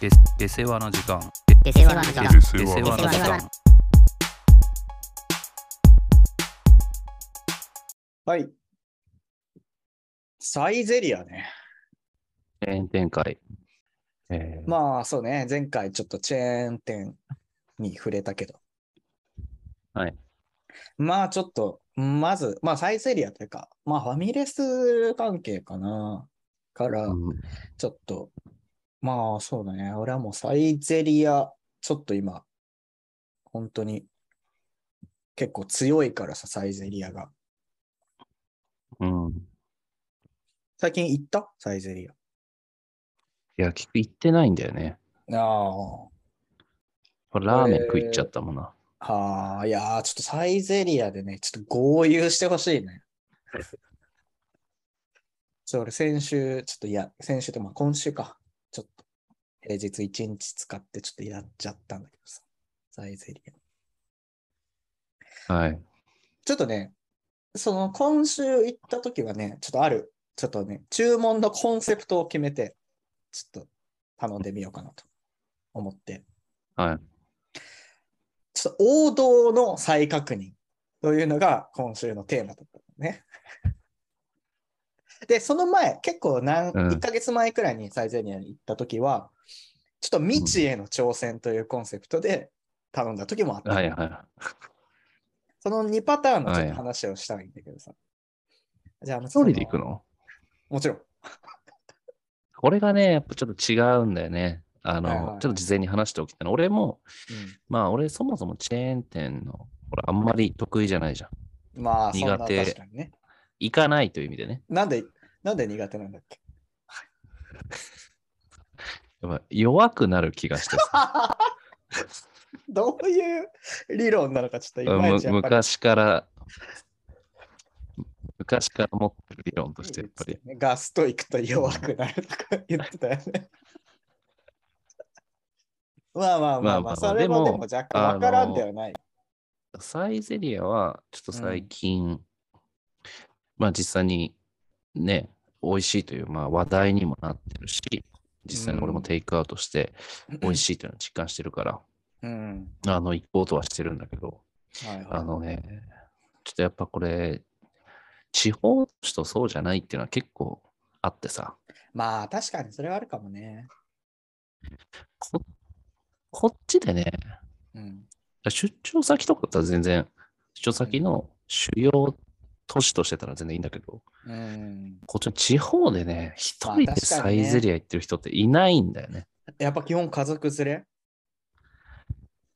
で出世話の時間出世話の時間で出世世話話の時間はい。サイゼリアね。チェーン展開えーまあそうね、前回ちょっとチェーン店に触れたけど。はい。まあちょっと、まず、まあサイゼリアというか、まあファミレス関係かな。から、うんちょっと、まあそうだね、俺はもうサイゼリア、ちょっと今、本当に結構強いからさ、サイゼリアが。うん最近行ったサイゼリア。いや聞く行ってないんだよねあラーメン食いっちゃったもんな、あ。はあ、いやー、ちょっとサイゼリアでね、ちょっと合流してほしいね。そう、俺先週、ちょっといや、先週とまあ今週か。ちょっと、平日一日使ってちょっとやっちゃったんだけどさ、サイゼリア。はいちょっとね、その今週行った時はね、ちょっとある、ちょっとね、注文のコンセプトを決めて、ちょっと頼んでみようかなと思って、はいちょっと王道の再確認というのが今週のテーマだったのね。 で、その前、結構う何、ん1ヶ月前くらいにサイゼリアに行った時は、ちょっと未知への挑戦というコンセプトで頼んだ時もあった。はいはその2パターンのちょはっいと話をしたいんだけどさ。じゃあ、い一一人で行くのもちろん。これがね、やっぱちょっと違うんだよね。あの、はいはいはいちょっと事前に話しておきたいの。俺も、まあ俺そもそもチェーン店の、ほら、あんまり得意じゃないじゃん。まあ、そんな苦手確かにね。行かないという意味でね。なんで、なんで苦手なんだっけやっぱ弱くなる気がしてさどういう理論なのかちょっといまいむちやっぱり。昔から、昔から持ってる理論として、やっぱり。ガスト行くと弱くなるとか言ってたよね。 まあままあまあまあまあまあ、あそれでももでも若干わからんではない。サイゼリアは、ちょっと最近、まあ実際にね、美味しいという、まあ話題にもなってるし、実際に俺もテイクアウトして美味しいというのを実感してるから、うん。あの、行こうとはしてるんだけど、はいはいあのね、ちょっとやっぱこれ、地方都市とそうじゃないっていうのは結構あってさ、まあ確かにそれはあるかもね。ここっちでね、うん。出張先とかだったら全然、出張先の主要都市としてたら全然いいんだけど、うん。こっちの地方でね、一まあ人で確サかにねイゼリア行ってる人っていないんだよね。やっぱ基本家族連れ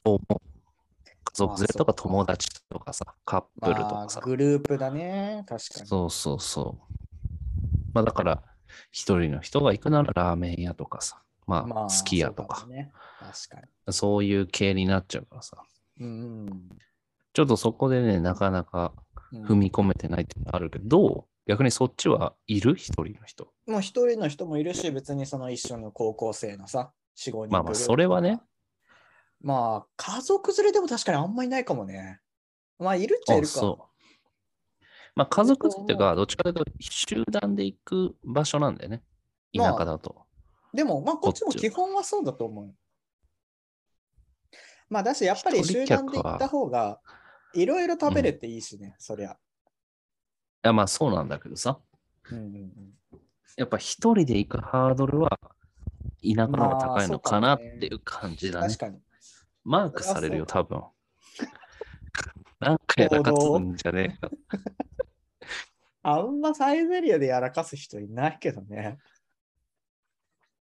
思う家族連れとまあそか友達とかさ、カップルとまかあさ、グループだね。確かに。そうそうそう。まあだから、一人の人が行くならラーメン屋とかさ、ままあ、あ、すき家とかそう、もね、確かそういう系になっちゃうからさ、に。うんちょっとそこでね、なかなかうん。踏み込めてないっていうのはあるけど、逆にそっちはいる一人の人。もう一人の人もいるし、別にその一緒の高校生のさ、4、5人。まあまあ、それはね。、まあ、家族連れでも確かにあんまりいないかもね。まあ、いるっちゃいあるか。そう。まあ、家族っていうか、どっちかというと、集団で行く場所なんだよね。田まあ舎だと。でも、まあ、こっちもこっち基本はそうだと思う。まあ、だし、やっぱり一人集客団はで行った方が、いろいろ食べれていいしね、そりゃ。いや、まあ、そうなんだけどさ。うんうんうんやっぱ一人で行くハードルは、田舎の方が高いのかまなあっそうかもねていう感じだね。確かに。マークされるよ、そ多分。なんかやらかすんじゃねえか。あんまサイゼリアでやらかす人いないけどね。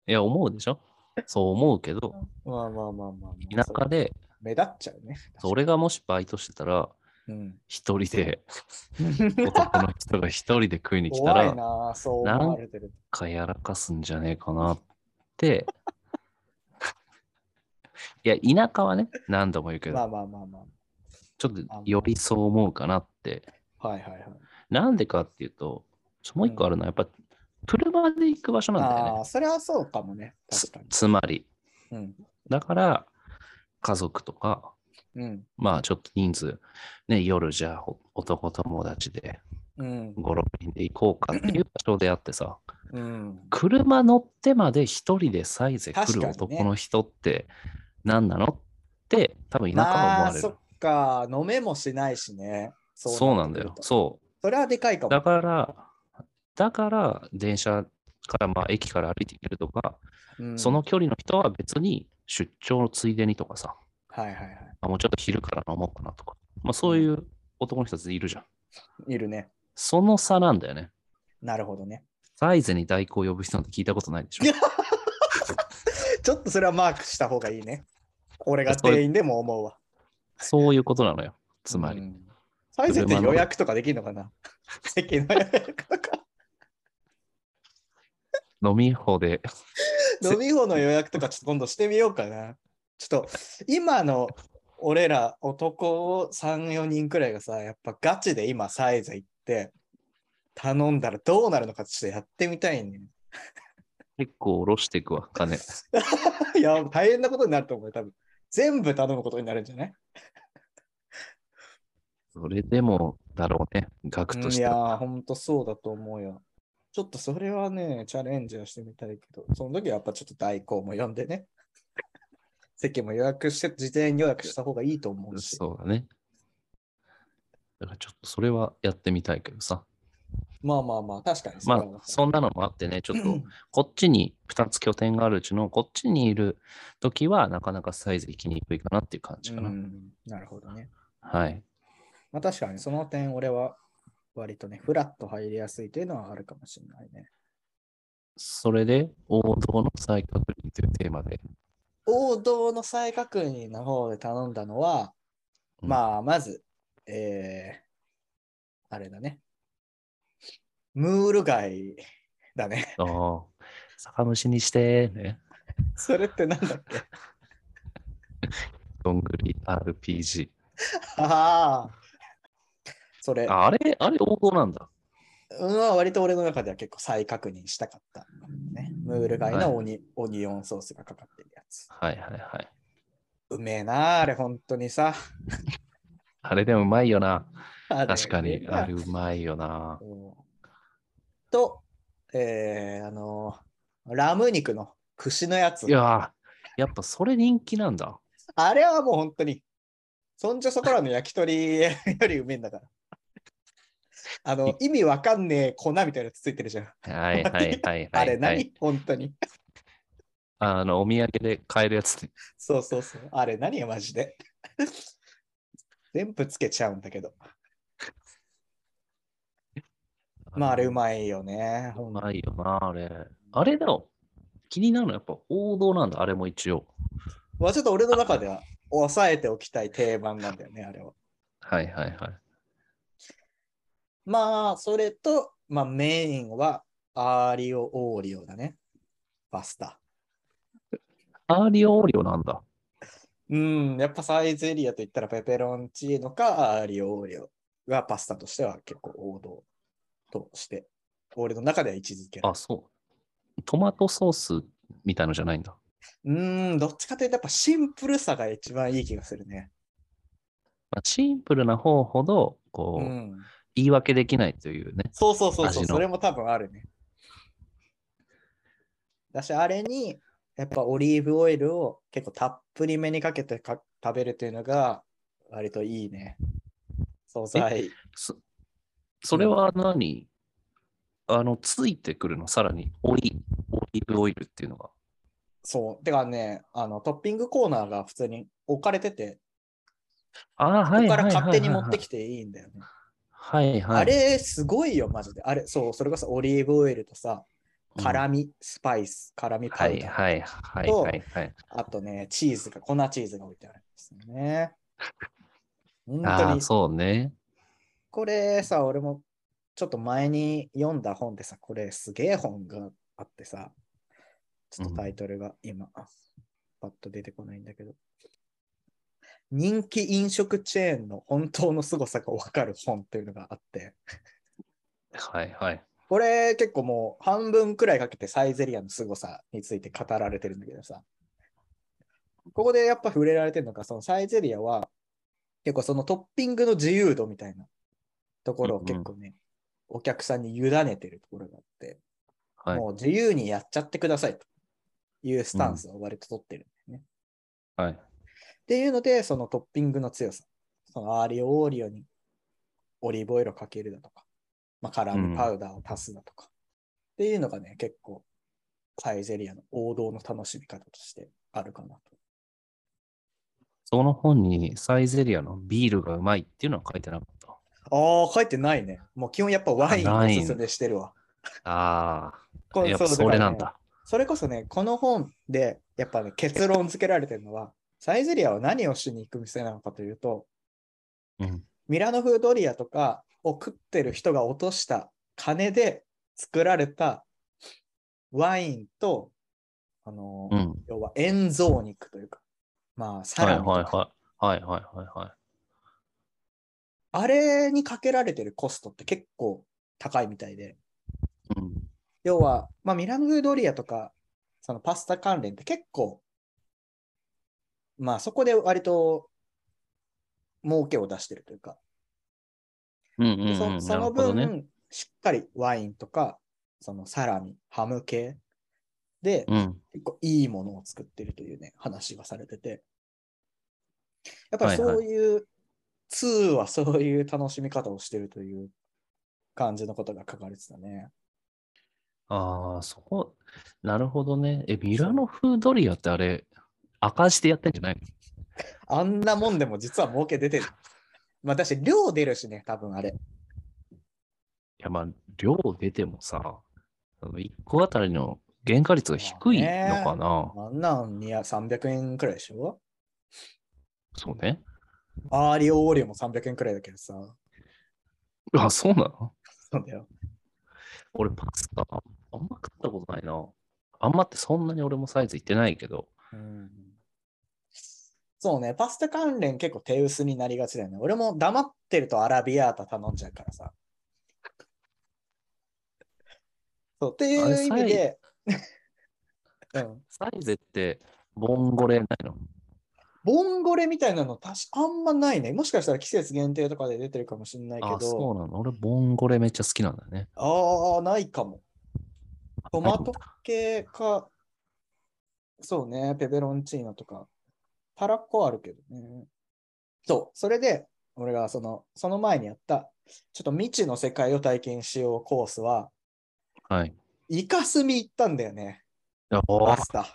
いや、思うでしょそう思うけど、まあまあまあまあ、ま田あ。舎で、目立っちゃうね。そう俺がもしバイトしてたら、うん、一人 で、男の人が一人で食いに来た怖ら、いなんなあ、そう思われてる。かやらかすんじゃねえかなって。 いや、田舎はね、何度も言うけど、まあまあまあまちょっとよりそう思うかなって。あ。はいはいはい。なんでかっていうと、ちょもう一個あるのは、やっぱ、車で行く場所なんだよあね。あ、それはそうかもね。確つかに。つまり、うん。だから、家族とか、うん。まあちょっと人数、ね、夜じゃあお男友達でうん。 5、6人で行こうかっていう場所であってさ、うん。車乗ってまで一人でサイゼ来確かるにね男の人って何なのって多分田舎は思まわあ、れる。そっか、飲めもしないしね。そうっなんてだくるよ。とそそれはでかいかう。もだ。から、だから電車からまあ駅から歩いていけるとか、うんその距離の人は別に出張のついでにとかさ、はいはいはあもうちょっと昼から飲もうかなとか、まあそういう男の人たちいるじゃん。い。いるね。その差なんだよね。なるほどね。サイゼに代行を呼ぶ人なんて聞いたことないでしょ。ちょっとそれはマークした方がいいね。俺が店員でも思うわ。そういうことなのよ。つまり。うん。サイゼって予約とかできるのかな 席の予約とか。飲み放で飲み放の予約とかちょっと今度してみようかな。ちょっと今の俺ら男を3、4人くらいがさ、やっぱガチで今サイズ行って頼んだらどうなるのかちょっとやってみたいね。 結構下ろしていくわ、金。いや、大変なことになると思うよ、多分。全部頼むことになるんじゃないそれでも、だろうね、額とうんしいてやは。ー、ほんとそうだと思うよ。ちょっとそれはね、チャレンジはしてみたいけど、その時はやっぱちょっと代行も呼んでね。 席も予約して、事前予約した方がいいと思うし。そうだね。だからちょっとそれはやってみたいけどさ。まあまあまあ、確かにまれはあ、そんなのもあってね、ちょっうとん、こっちに2つ拠点があるうちの、こっちにいる時は、なかなかサイズ行きにくいかなっていう感じかな。うんなるほどね。はい。まあ確かにその点俺は割とね、フラッと入りやすいというのはあるかもしれないね。それで、王道の再確認というテーマで。王道の再確認の方で頼んだのは、うんまあまず、えー、あれだね。ムール貝だね。 ああ、酒蒸しにして、ね。それってなんだ っけどんぐり RPG。ああ。それ、ああれ、あれ王道なんだ。うん、割と俺の中では結構再確認したかった、ね。ムール貝のオニ,、オニオンソースがかかってるやつ。はいはいはい。うめえなあ、あれ、本当にさ。あれでもうまいよな。あれ確かに、あれううまいよな。んと、えー、あのーラム肉の串のやつい。やー、やっぱそれ人気なんだ。あれはもう本当に、そんじょそこらの焼き鳥よりうめえんだから。あの、意味わかんねえ粉みたいなやつついてるじゃん。 はいはいはいはい、はい。あれ何、本当に。あの、お土産で買えるやつね。そうそうそう。あれ何マジで。全部つけちゃうんだけど。まああれうい。まいよね。うまいよな、あれ。あれだろ。気になるのはやっぱ王道なんだ、あれも一応。まあちょっと俺の中では抑えておきたい定番なんだよね、あれは。はいはいはい。まあ、それと、まあ、メインは、アーリオ、オーリオだね。パスタ。アーリオオーリオなんだ。うん、やっぱサイズエリアと言ったら、ペペロンチーノかアーリオ、オーリオがパスタとしては結構王道として、俺の中では位置づけるあ、。そう。トマトソースみたいのじゃないんだ。うん、どっちかというと、やっぱシンプルさが一番いい気がするね。まあ、シンプルな方ほど、こうう、ん。言い訳できないというね。そうそうそうそ味う、のそれも多分あるね。だし、あれに、やっぱオリーブオイルを結構たっぷりめにかけてか食べるというのが、割といいね。素材。そそれは何、あの、ついてくるの、さらに、オイ、オリーブオイルっていうのが。そう。てかね、あの、トッピングコーナーが普通に置かれてて、ああ、こはこいかはいはいはらいはい。勝手に持ってきていいんだよね。はいはい。あれ、すごいよ、マジで。あれ、そう、それこそオリーブオイルとさ、うん辛味、スパイス、辛味パはウいダー、はいはいとはいはい。あとね、チーズが、粉チーズが置いてあるんですよ ね。本あ当あ、に。そうね。これさ、俺もちょっと前に読んだ本でさ、これすげえ本があってさ、ちょっとタイトルが今、パッと出てこないんだけど、人気飲食チェーンの本当の凄さがわかる本っていうのがあって、はいはい。これ結構もう半分くらいかけてサイゼリアの凄さについて語られてるんだけどさ、ここでやっぱ触れられてるのが、そのサイゼリアは結構そのトッピングの自由度みたいなところを結構ね、お客さんに委ねてるところがあって、はいもう自由にやっちゃってくださいというスタンスを割と取ってるんだよね。っはい。ていうので、そのトッピングの強さ、そのアーリオオーリオにオリーブオイルをかけるだとか、まあ、カラムパウダーを足すだとか、っていうのがね、結構サイゼリアの王道の楽しみ方としてあるかなと。その本にサイゼリアのビールがうまいっていうのは書いてなかっああ、書いてないね。もう基本やっぱワインあないおすすめしてるわ。た。あこあ、うやっぱうそれなんからねだ。それこそね、この本でやっぱね、結論付けられてるのは、サイゼリアは何をしに行く店なのかというと、うん。ミラノ風ドリアとかを食ってる人が落とした金で作られたワインと、あの、うん。要は塩蔵肉というか、まあ、サはいラはいミとか、はい。はいはいはいはい。あれにかけられてるコストって結構高いみたいで、うん。要は、まあ、ミラノ風ドリアとか、そのパスタ関連って結構、まあそこで割と儲けを出してるというか、うんうんでうん、そその分、しっかりワインとか、そのサラミ、ハム系で、うん。結構いいものを作ってるというね、話がされてて、やっぱはりいはいそういう、ツーはそういう楽しみ方をしてるという感じのことが書かれてたね。ああ、そう。なるほどね。え、ミラノ風ドリアってあれ、赤字でやってんじゃないのあんなもんでも実は儲け出てる。 まあ、だし、量出るしね、多分あれ。いや、まあ、量出てもさ、1個あたりの原価率が低いのかな。あんなんにや300円くらいでしょそうね。アーリオオーリオも300円くらいだけどさ。あ、そうなのそうだよ。俺、パスタ、あんま食ったことないな。あんまってそんなに俺もサイズいってないけど。うんそうね、パスタ関連結構手薄になりがちだよね。俺も黙ってるとアラビアータ頼んじゃうからさ。そう、ってあいうれ意味で、 うん、サイゼって、ボンゴレないのボンゴレみたいなの確かあんまないね。もしかしたら季節限定とかで出てるかもしれないけあ、ど、そうなの。俺、ボンゴレめっちゃ好きなんだよね。ああ、ないかも。トマト系か、そうね、ペペロンチーノとか、たらこあるけどね。そう、それで、俺がその、その前にやった、ちょっと未知の世界を体験しようコースは、はい。イカスミ行ったんだよね、あパあ、スタ。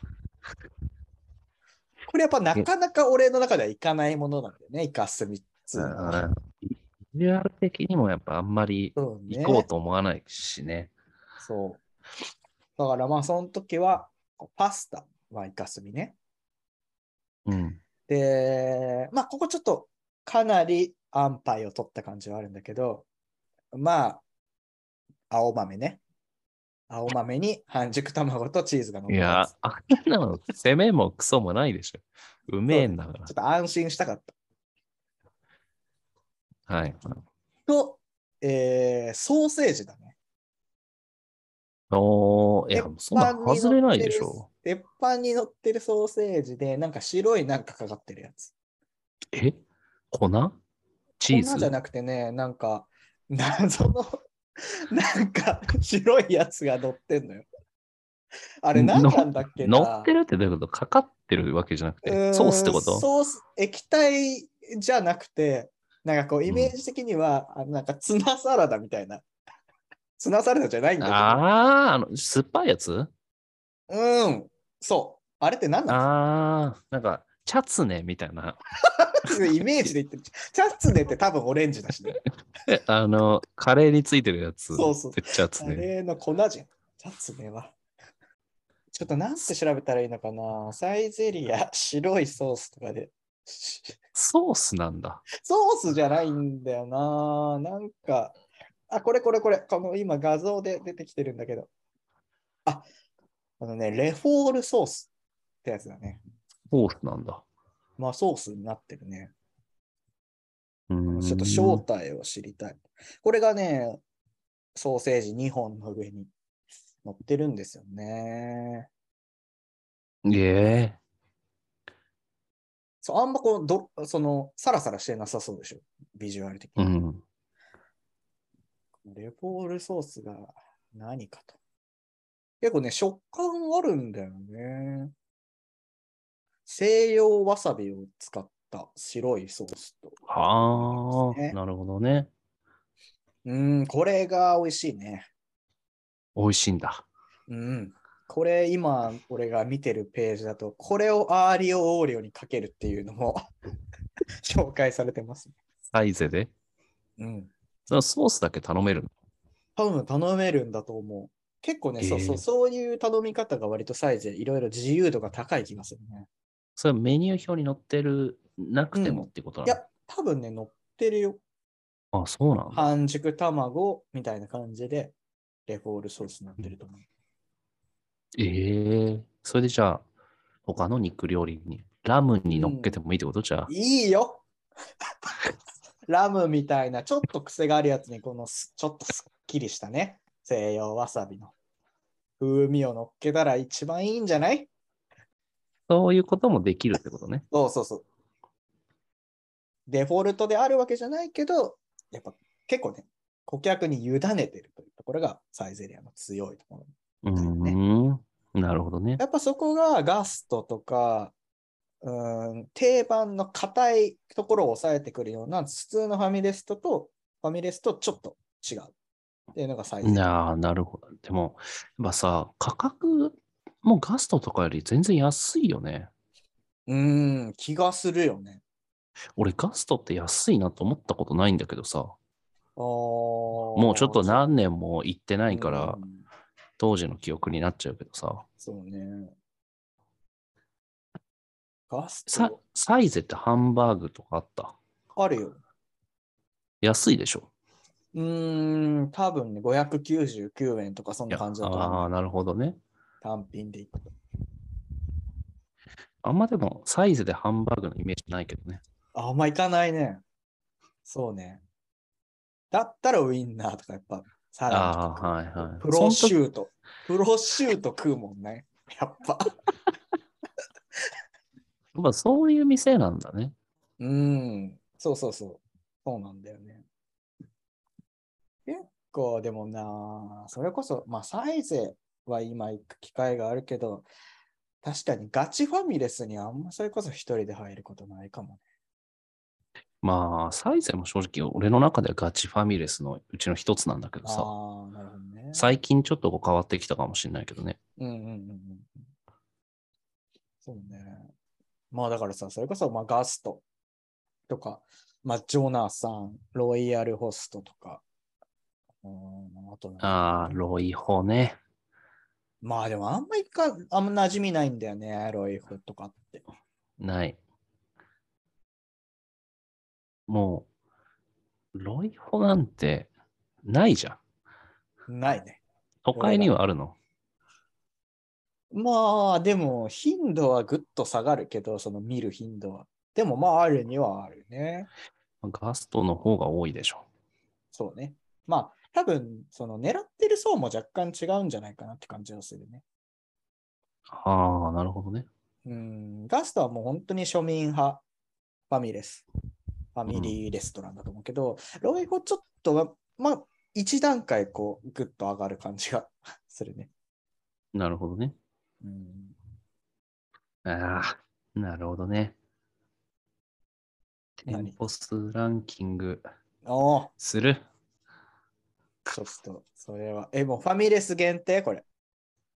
これやっぱなかなか俺の中ではいかないものなんだよね、イカスミっつうのはうんビジュアル的にもやっぱあんまりそうね行こうと思わないしね。そう。だからまあその時はこうパスタはイカスミね。うん。で、まあここちょっとかなり安牌を取った感じはあるんだけど、まあ、青豆ね。青豆に半熟卵とチーズが乗っいてまやす。、あんなの攻めもクソもないでしょ。うめえんだかちょっと安心したかった。ら。はい。と、えーソーセージだね。おー、いや、そんな鉄板外に乗ってるれないでしょ。。鉄板に乗ってるソーセージで、なんか白いなんかかかってるやつ。え粉チー粉じゃズなくてね、なんか、謎の、なんか白いやつが乗ってんのよ。あれ何なんだっけな乗ってるってどういうことかかってるわけじゃなくうーて、んソースってことソース、液体じゃなくて、なんかこう、イメージ的には、あのなんかツナサラダみたいな。ツナサラダじゃないんだあー、あの、酸っぱいやつけど。うん、そう。あれって何なあー、なんか、チャツネみたいな。 のイメージで言ってる。チャツネって多分オレンジだしね。えあの、カレーについてるやつ。そうそうチャツカネ。レーの粉じゃん。チャツネは。ちょっとなんて調べたらいいのかなサイゼリア、白いソースとかで。しソースなんだ。ソースじゃないんだよな。なんか、あ、これこれこれ、この今画像で出てきてるんだけど。あ、あのね、レフォールソースってやつだね。ソースなんだ。まあソースになってるね。うーんちょっと正体を知りたい。これがね、ソーセージ2本の上に乗ってるんですよね。ええそうあんまこうど、その、サラサラしてなさそうでしょ。ビジュアル的うに。ん。レフォールソースが何かと。結構ね、食感あるんだよね。西洋わさびを使った白いソースと。はですねあ、なるほどね。うん、これが美味しいね。美味しいんだ。うん。これ今、俺が見てるページだと、これをアーリオオーリオにかけるっていうのも 紹介されてますね。サイゼで。うん。そのソースだけ頼めるの。多分頼めるんだと思う。結構ね、そうそへえう、そういう頼み方が割とサイズ、いろいろ自由度が高い気がするね。それはメニュー表に載ってる、なくてもってこといなのや、多分ね、乗ってるよ。あ、そうなんだ。半熟卵みたいな感じで、レフォールソースになってると思う。ええそれでじゃあ、他の肉料理に、ラムに乗っけてもいいってこと、じゃあ。いいよ ラムみたいな、ちょっと癖があるやつに、このすちょっとすっきりしたね、西洋わさびの風味を乗っけたら一番いいんじゃないそういうこともできるってことね。そうそうそう。デフォルトであるわけじゃないけど、やっぱ結構ね、顧客に委ねてるというところがサイゼリアの強いところ。うだよねーん。なるほどね。やっぱそこがガストとか、うーん、定番の硬いところを抑えてくるような、普通のファミレストと、ファミレスとちょっと違うっていうのが最初。なあ、なるほど。でも、やっぱさ、価格、もうガストとかより全然安いよね。うーん、気がするよね。俺、ガストって安いなと思ったことないんだけどさ、ももうちょっと何年も行ってないから、うん当時の記憶になっちゃうけどさ、そうね。ガスさトサイゼってハンバーグとかあった。あるよ。安いでしょ。うーん、多分ね、599円とかそんいなや感じだとあ思あ、う。なるほどね。単品でいくと。あんまでも、サイズでハンバーグのイメージないけどね。あんま行かないね。そうね。だったらウインナーとかやっぱ、サラダとあかあ、はいはい。プロシー。ュート。プロシュート食うもんね。やっぱ。やっぱそういう店なんだね。うーん。そうそうそう。そうなんだよね。結構でもなあ、それこそ、まあサイゼは今行く機会があるけど、確かにガチファミレスにあんまそれこそ一人で入ることないかもね。まあ、サイゼも正直、俺の中ではガチファミレスのうちの一つなんだけどさ、ああ、なるほどね。最近ちょっとこう変わってきたかもしれないけどね。うんうんうんうん。そうね。まあだからさ、それこそまあガストとか、まあジョナサン、ロイヤルホストとか、うーん、あとなんかああ、ロイホね。まあでもあんまりか、あんま馴染みないんだよね、ロイフとかって。ない。もう、ロイホなんてないじゃん。ないね。都会にはあるの。まあでも頻度はぐっと下がるけど、その見る頻度は。でもまああるにはあるね。ガストの方が多いでしょ。そうね。まあ多分、その狙ってる層も若干違うんじゃないかなって感じがするね。ああ、なるほどね。うん、ガストはもう本当に庶民派ファミレス、ファミリーレストランだと思うけど、ロイホちょっとは、まあ、一段階こう、ぐっと上がる感じがするね。なるほどね。うん、ああ、なるほどね。何店舗数ランキングおーする。ちょっと、それは、え、もうファミレス限定これ。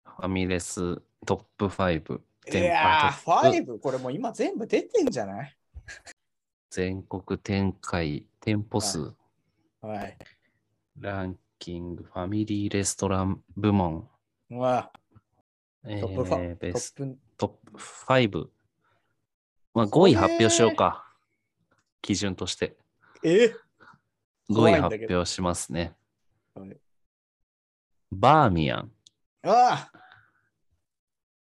ファミレストップ5。い店や舗トップー、5、これもう今全部出てんじゃない全国展開店舗数はい。ランキングファミリーレストラン部門。うわえトップファー、ベトッスプ、トトップ5。まあ、5位発表しようか。基準として。え怖5い位んだけ発ど表しますね。はいバーミヤン。うわ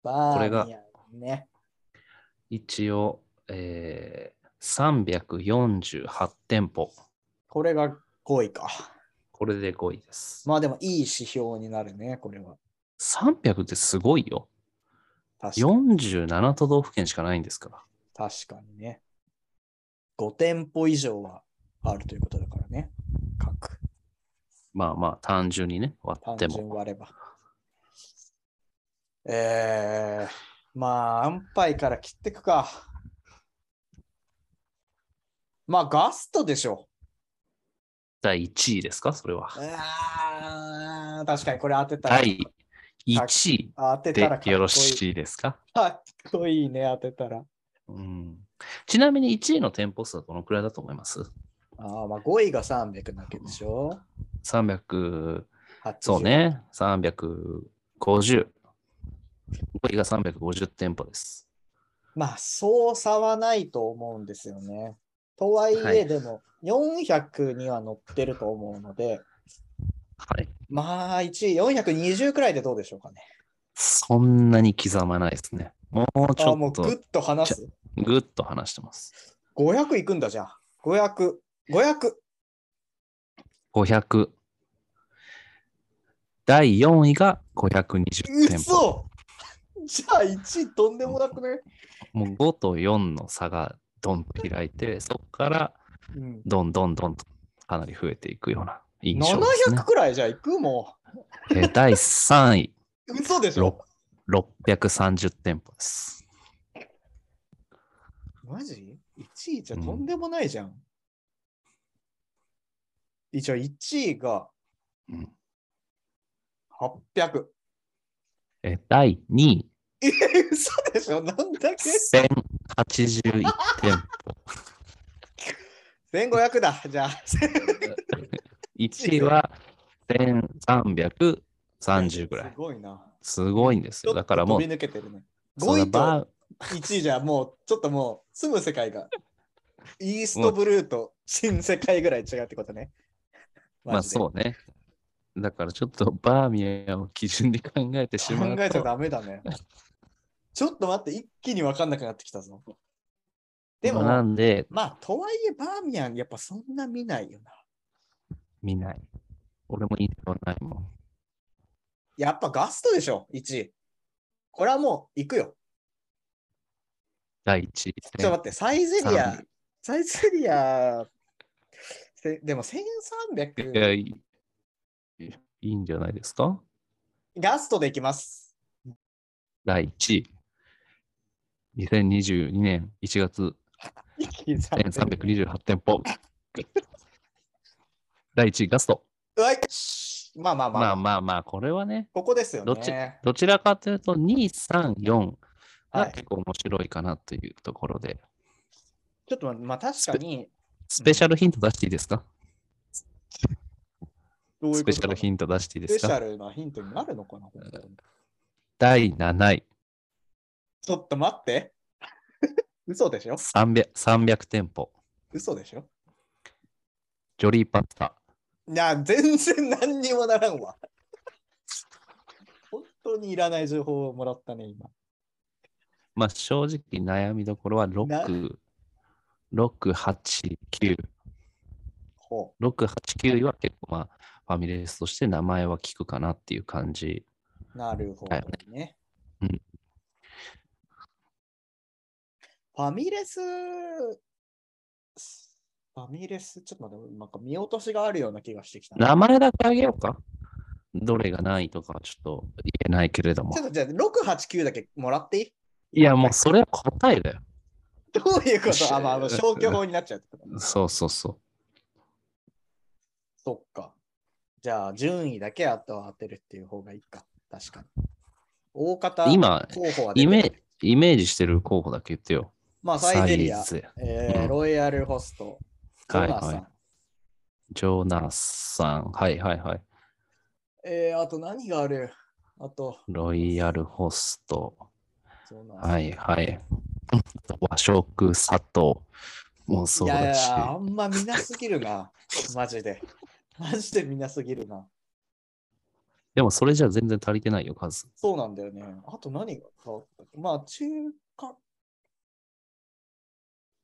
バこれーがミヤンね。一応、えー、348店舗。これが5位か。これで5位です。まあでもいい指標になるね、これは。 300ってすごいよ。確かに47都道府県しかないんですから。確かにね。5店舗以上はあるということだからね。各まあまあ、単純にね、割っ単て純も。割れば。えー、まあ、安牌から切ってくか。まあ、ガストでしょ。第1位ですかそれは。あー確かにこれ当てたら。第1位当てたらかっこでいいよろしいですかかっこいいね、当てたら。うん、ちなみに1位の店舗数はどのくらいだと思いますああ、まあ5位が300なわけでしょ。 ?300、 80そう。ね、350。5位が350店舗です。まあ、そう差はないと思うんですよね。とはいえ、はいでも、400には乗ってると思うので、はい。まあ、1位、420くらいでどうでしょうかね。そんなに刻まないですね。もうちああ、ょもうっぐっとと離す。ぐっと話してます。 500いくんだじゃん。500。500。 500。第4位が520店舗。嘘じゃあ1位とんでもなくね。もう5と4の差がドンと開いて、そこからうん、どんどんどんとかなり増えていくような印象ですね700。くらいじゃあ行くもえー第3位、う。嘘でしろょ。 630店舗です。マジ ?1 位じゃとんでもないじゃん。一応1位がうん800。えー第2位、え、嘘でしょなんだっ1081店舗。け ?1500 だ。じゃあ。 1位は1330ぐらすい。ごいな。すごいんですよ。だからもうちょっ、と飛び抜けてるね。その5位とバ1位じゃもうちょっともう住む世界 がイーストブルーと新世界ぐらい違うってことね。ー まあそうね。だからちょっとバーミヤンを基準で考えてしうま考うえちゃと、ダメだ ね。ちょっと待って、一気に分かんなくなってきたぞ。でも、なんでまあ、とはいえ、バーミヤン、やっぱそんな見ないよな。見ない。俺も印象ないもん。やっぱガストでしょ、1位。これはもう行くよ。第1位。ちょっと待って、サイゼリア1300、サイゼリア、せでも1300。いや、いいいいんじゃないですかガストで行きます。第1位。2022年1月一気に300 1328店 舗。第1位ガスト。うわいまあまあまあ、まあまあまあ、これはね、ここですよね。どっちどちらかというと2、3、4はがい結構面白いかなというところで、ちょっとまあまあ確かに、スペシャルヒント出していいですか、どういうスペシャルヒンント出していいトですスペシャかルなヒントになるのかな本当に第7位ちょっと待って。 嘘でしょ300、300店舗、嘘でしょジョリーパスタ。いや、全然何にもならんわ。本当にいらない情報をもらったね、今。まあ正直悩みどころは6、6、8、9。ほ6、8、9は結構まあファミレスとして名前は聞くかなっていう感じ。う。なるほどね。はいうんファミレス、ファミレス、ちょっと待って、なんか見落としがあるような気がしてきたな。名前だけあげようか。どれがないとかはちょっと言えないけれどもちょ。っとじゃあ、689だけもらっていいいやもうそれは答えだよ。どういうことあ、まああの、消去法になっちゃうってこと。そうそうそう。そっか。じゃあ、順位だけあとは当てるっていう方がいいか。確かに。大方今候補は出てイるメイメージしてる候補だけ言ってよ。まあ、サイゼリア、ゼえーうんロイヤルホスト、ジはョいナサン、はい。ジョナスさん。はいはいはい。えーあと何があるあと、ロイヤルホスト。ジョナサンはいはい。 和食、佐藤。もうそういやいだし。や、あんま見なすぎ るな。マジで。マジで見なすぎるな。でもそれじゃ全然足りてないよ、数。そうなんだよね。あと何があったっけまあ、中華、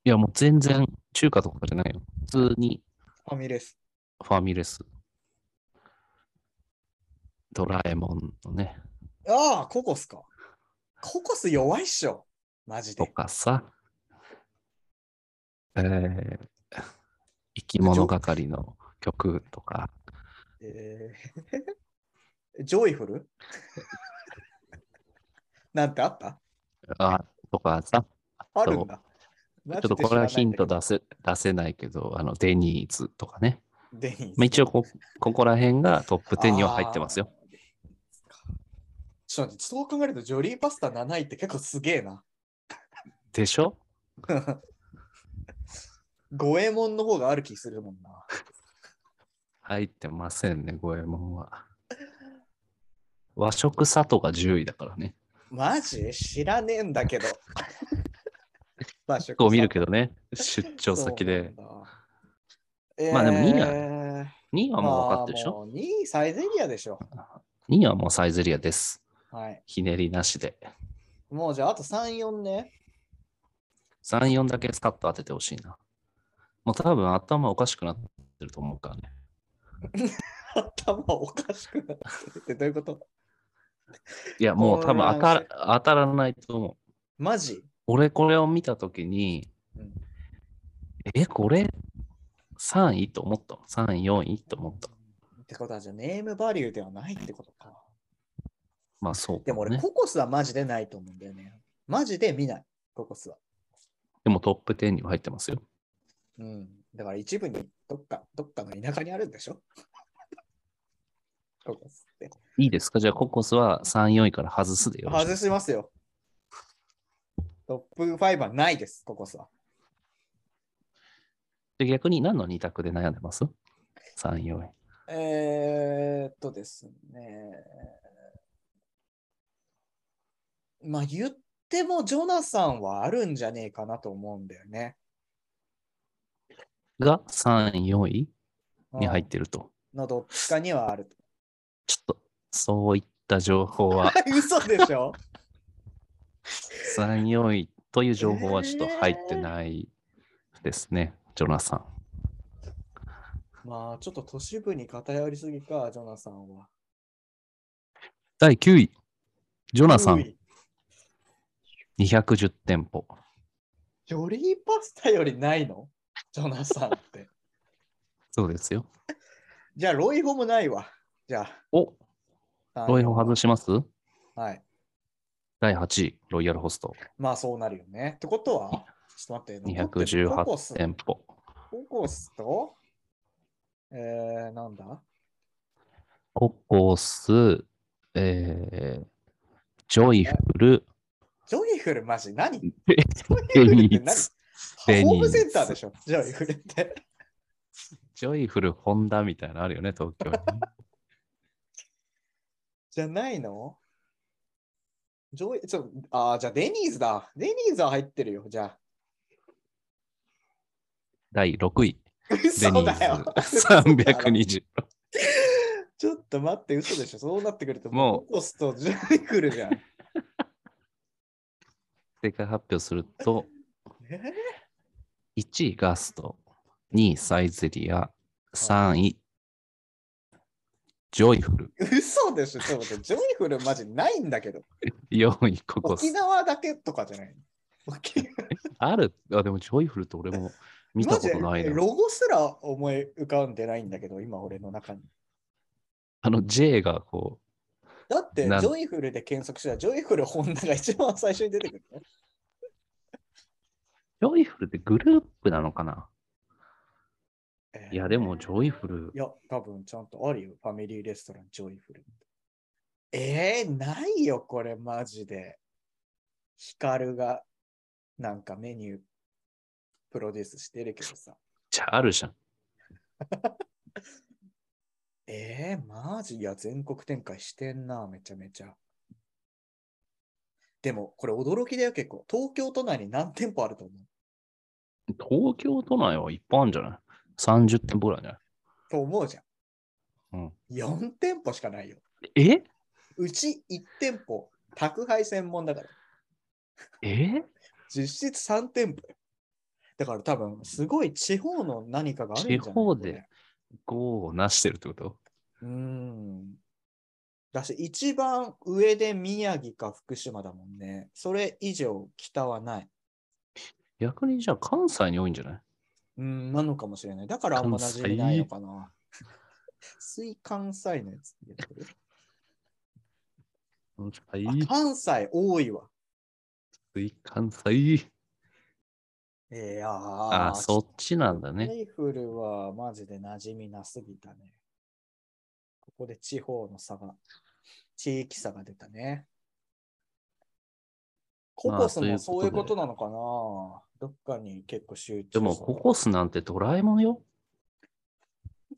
いやもう全然中華とかじゃないよ。普通にファミレス。ファミレス。ドラえもんのね、ああ、ココスか。ココス弱いっしょ。マジとで。かさ。えー、生き物係の曲とか。 えージョイフルなんてあったあ、とかさ、あるんだ。ちょっとこれはヒントだ。出せ出せないけど、あのデニーズとかね。デニーズまあ、一応こ、ここら辺がトップ10には入ってますよ。ちょっと待ってそう考えると、ジョリーパスタ7位って結構すげえな。でしょ五右衛門の方がある気するもんな。入ってませんね、五右衛門は。和食さとが10位だからね。マジ知らねえんだけど。まあ、結結構見るけどね、出張先で。。ままああででもも2 2位位だは2位はもう分かってるでしょ、ょ ?2 位サイゼリアでしょ。 ?2 位はもうサイゼリアです。はい。ひねりなしで。もうじゃああと3、4ね。 3、4だけスカッと当ててほしいな。もう多分頭おかしくなってると思うからね。頭おかしくなってるってどういうこといや、もう多分当たこれ当たらないと思う。マジ俺これを見たときに、うんえ、これ3位と思った。3位、4位と思った。ってことはじゃあネームバリューではないってことか。まあそうでかもも俺ね。ココスはマジでないと思うんだよね。マジで見ない。ココスは。でもトップ10には入ってますよ。うん。だから一部にどっか、どっかの田舎にあるんでしょ ココスって。いいですかじゃあココスは3、4位から外すでよろしい。外しますよ。トップ5はないです、ココスは。で逆に何の2択で悩んでます ?3、4位。えー、っとですね。まあ言ってもジョナサンはあるんじゃねえかなと思うんだよね。が3、4位うんに入ってると。のどっちかにはあると。ちょっと、そういった情報は 嘘でしょ3、4位という情報はちょっと入ってないですね。ジョナサン。まあちょっと都市部に偏りすぎか、ジョナサンは。第9位。ジョナサうン。い210店舗。ジョリーパスタよりないの ジョナサンって。そうですよ。じゃあロイホもないわ。じゃおあ。ロイヤル外しますはい。第8位、ロイヤルホスト。まあそうなるよね。ってことは、ちょっと待って、残ってるココス218、店舗。ココスと、えー、なんだココス、えー、ジョイフル、ジョイフルマジ何 ジデョイフルニってー何ズ、デニーズホームセンターでしょジョイフルって。ジョイフル、ホンダみたいなのあるよね、東 京に。じゃないのジョイ、ちょ、あーじゃあデニーズだ。デニーズは入ってるよ、じゃあ。第6位、デ嘘ニだよ。ーズ、320。ちょっと待って、嘘でしょ。そうなってくると、もうココスとジョイフルじゃん。正解発表すると、え1位ガスト、2位サイゼリア、3位、ジョイフル、ー嘘でしょ。ちょっと待って、ジョイフルマジないんだけど。 4位ココス沖。縄だけとかじゃないの沖縄あるあ、でもジョイフルって俺も見たことマなジいでな。ロゴすら思い浮かんでないんだけど、今俺の中に。あの J がこだって、ジなんョイフルで検索したら、ジョイフルホンダが一番最初に出てくるね。う、ジョイフルってグループなのかなえーいや、でもジョイフルい、や、多分ちゃんとあるよ。ファミリーレストラン、ジョイフル。えー、ないよ、これ、マジで。ヒカルが、なんかメニュー、プロデュースしてるけどさ。じゃあるじゃん。えー、マジいや、全国展開してんな、めちゃめちゃ。でも、これ驚きだよ、結構。東京都内に何店舗あると思う東京都内はいっぱいあるんじゃない ?30 店舗ぐらいじゃないと思うじゃうんん。4店舗しかないよ。えうち1店舗、宅配専門だから。え実質3店舗よ。だから多分、すごい地方の何かがあるんじゃない地方でこ ?5 れをなしてるってことうーん。だし、一番上で宮城か福島だもんね。それ以上北はない。逆にじゃあ関西に多いんじゃないうん、なのかもしれない。だからあんま馴染みないのかな。水関西のやつって言ってる関あ西、関西多いわ。関西。いやーあ、そっちなんだラね。イフルはマジで馴染みなすぎたね。ここで地方の差が、地域差が出たね。ココスまもあそそうういいううここととなのかなどっかに結構集中でも、さココスなんてドラえもんよ。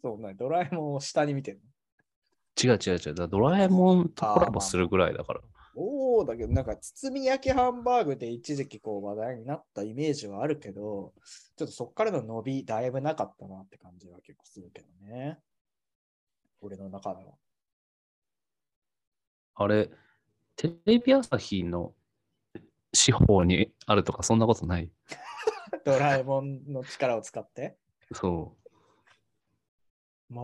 そうね、ドラえもんを下に見てる違う違う違う。だからドラえもんとコラボするぐらいだから。の。おおだけど、なんか包み焼きハンバーグで一時期こう話題になったイメージはあるけど、ちょっとそっからの伸び、だいぶなかったなって感じは結構するけどね。俺の中では。あれ、テレビ朝日の司法にあるとか、そんなことない。 ドラえもんの力を使って。そま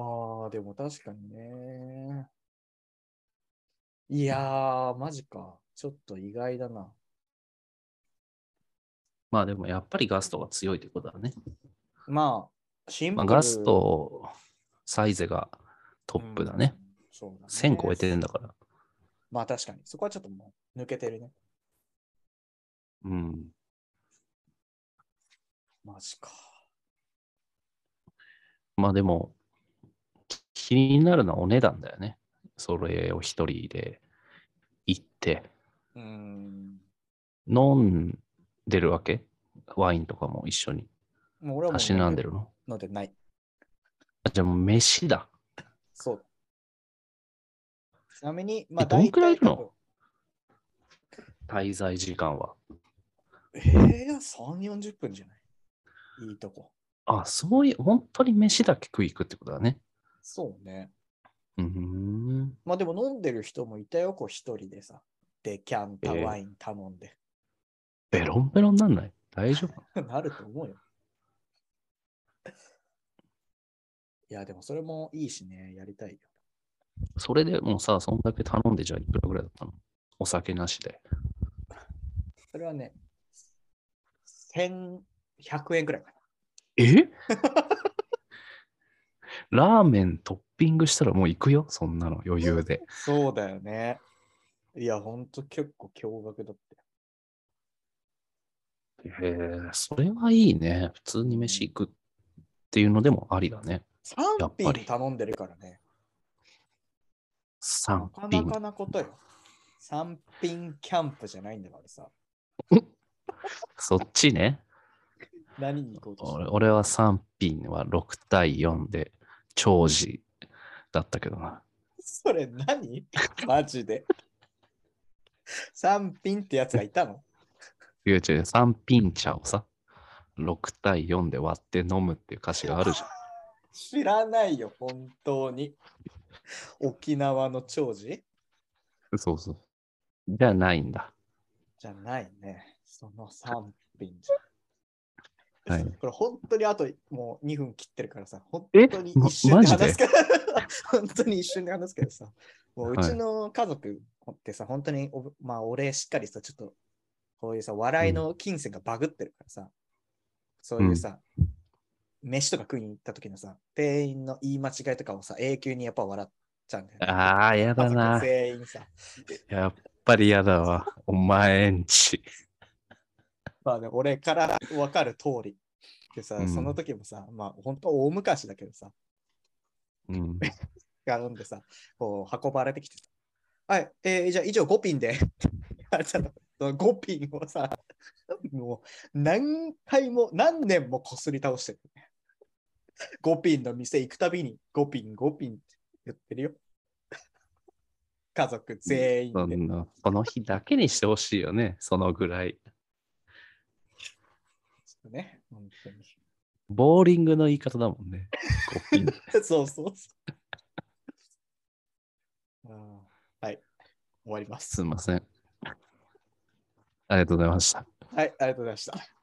あ、でも確かにね。いやー、マジか。ちょっと意外だな。う。まあでも、やっぱりガストが強いということだね。まあ、シンプまあ、ル、ガスト、サイゼがトップだね。うん。そうだね。 1000超えてるんだから。まあ確かに。そこはちょっともう抜けてるね。うん。マジか。まあでも、気になるのはお値段だよね。それを一人で行って、うーん。飲んでるわけワインとかも一緒に。もう俺はもたうしなんでるの飲んでない。あじゃあもう飯だ。そう。ちなみに、まあえどんくらいいるの大体多分滞在時間は。ええー、3、40分じゃないいいとこ。あ、そういう、本当に飯だけ食い行くってことだね。そうね。うーん。まあでも飲んでる人もいたよ、こう一人でさ。で、キャンタえーワイン頼んで。 ベロンベロンなんない大丈夫なると思うよ。いや、でもそれもいいしね、やりたいよ。それでもうさ、そんだけ頼んでじゃあいくらぐらいだったのお酒なしで。それはね、1100円くらいかな。 えラーメントッピングしたらもう行くよ、そんなの余裕 で。そうだよね。いや、ほんと結構驚愕だって。へえ、それはいいね。普通に飯行くっていうのでもありだね。やっぱ3り品頼んでるからね。な3かな品か。なことよ。3品キャンプじゃないんだからさ。そっちね。何に行こうとして俺俺は3品は6対4で長寿だったけどな。 それ何マジで。三品ってやつがいたの違う違う、3品茶をさ、6対4で割って飲むっていう歌詞があるじゃん。知らないよ、本当に。沖縄の長寿そうそう。じゃないんだ。じゃないね。その三品じゃん。はいこれ本当にあともう2分切ってるからさ、本え当にま一瞬でマジで話すから、 本当に一瞬で話すけどさ、もううはいちの家族ってさ、本当にお、まあ、お礼しっかりさ、ちょっとこういうさ、笑いの金銭がバグってるからさ、そういうさ、飯とか食いに行った時のさ、店員の言い間違いとかをさ、永久にやっぱ笑っちゃうんだよね。ああ、やだ家族な。全員さ、やっぱりやだわ。お前んち。まあね、俺から分かる通り。でさ、うんその時もさ、まあ本当大昔だけどさ、うん、が飲んでさ、こう運ばれてきてさ、はい、えーじゃあ以上5ピンで。 あちょっとその5ピンをさ、もう何回も何年もこすり倒してる。5ピンの店行くたびに5ピン、5ピンって言ってるよ。家族全員そで。んなその日だけにしてほしいよね。そのぐらい。ね、本当に。ボーリングの言い方だもんね。5ピンそうそうそう。うんはい。終わります。すいません。ありがとうございました。はい、ありがとうございました。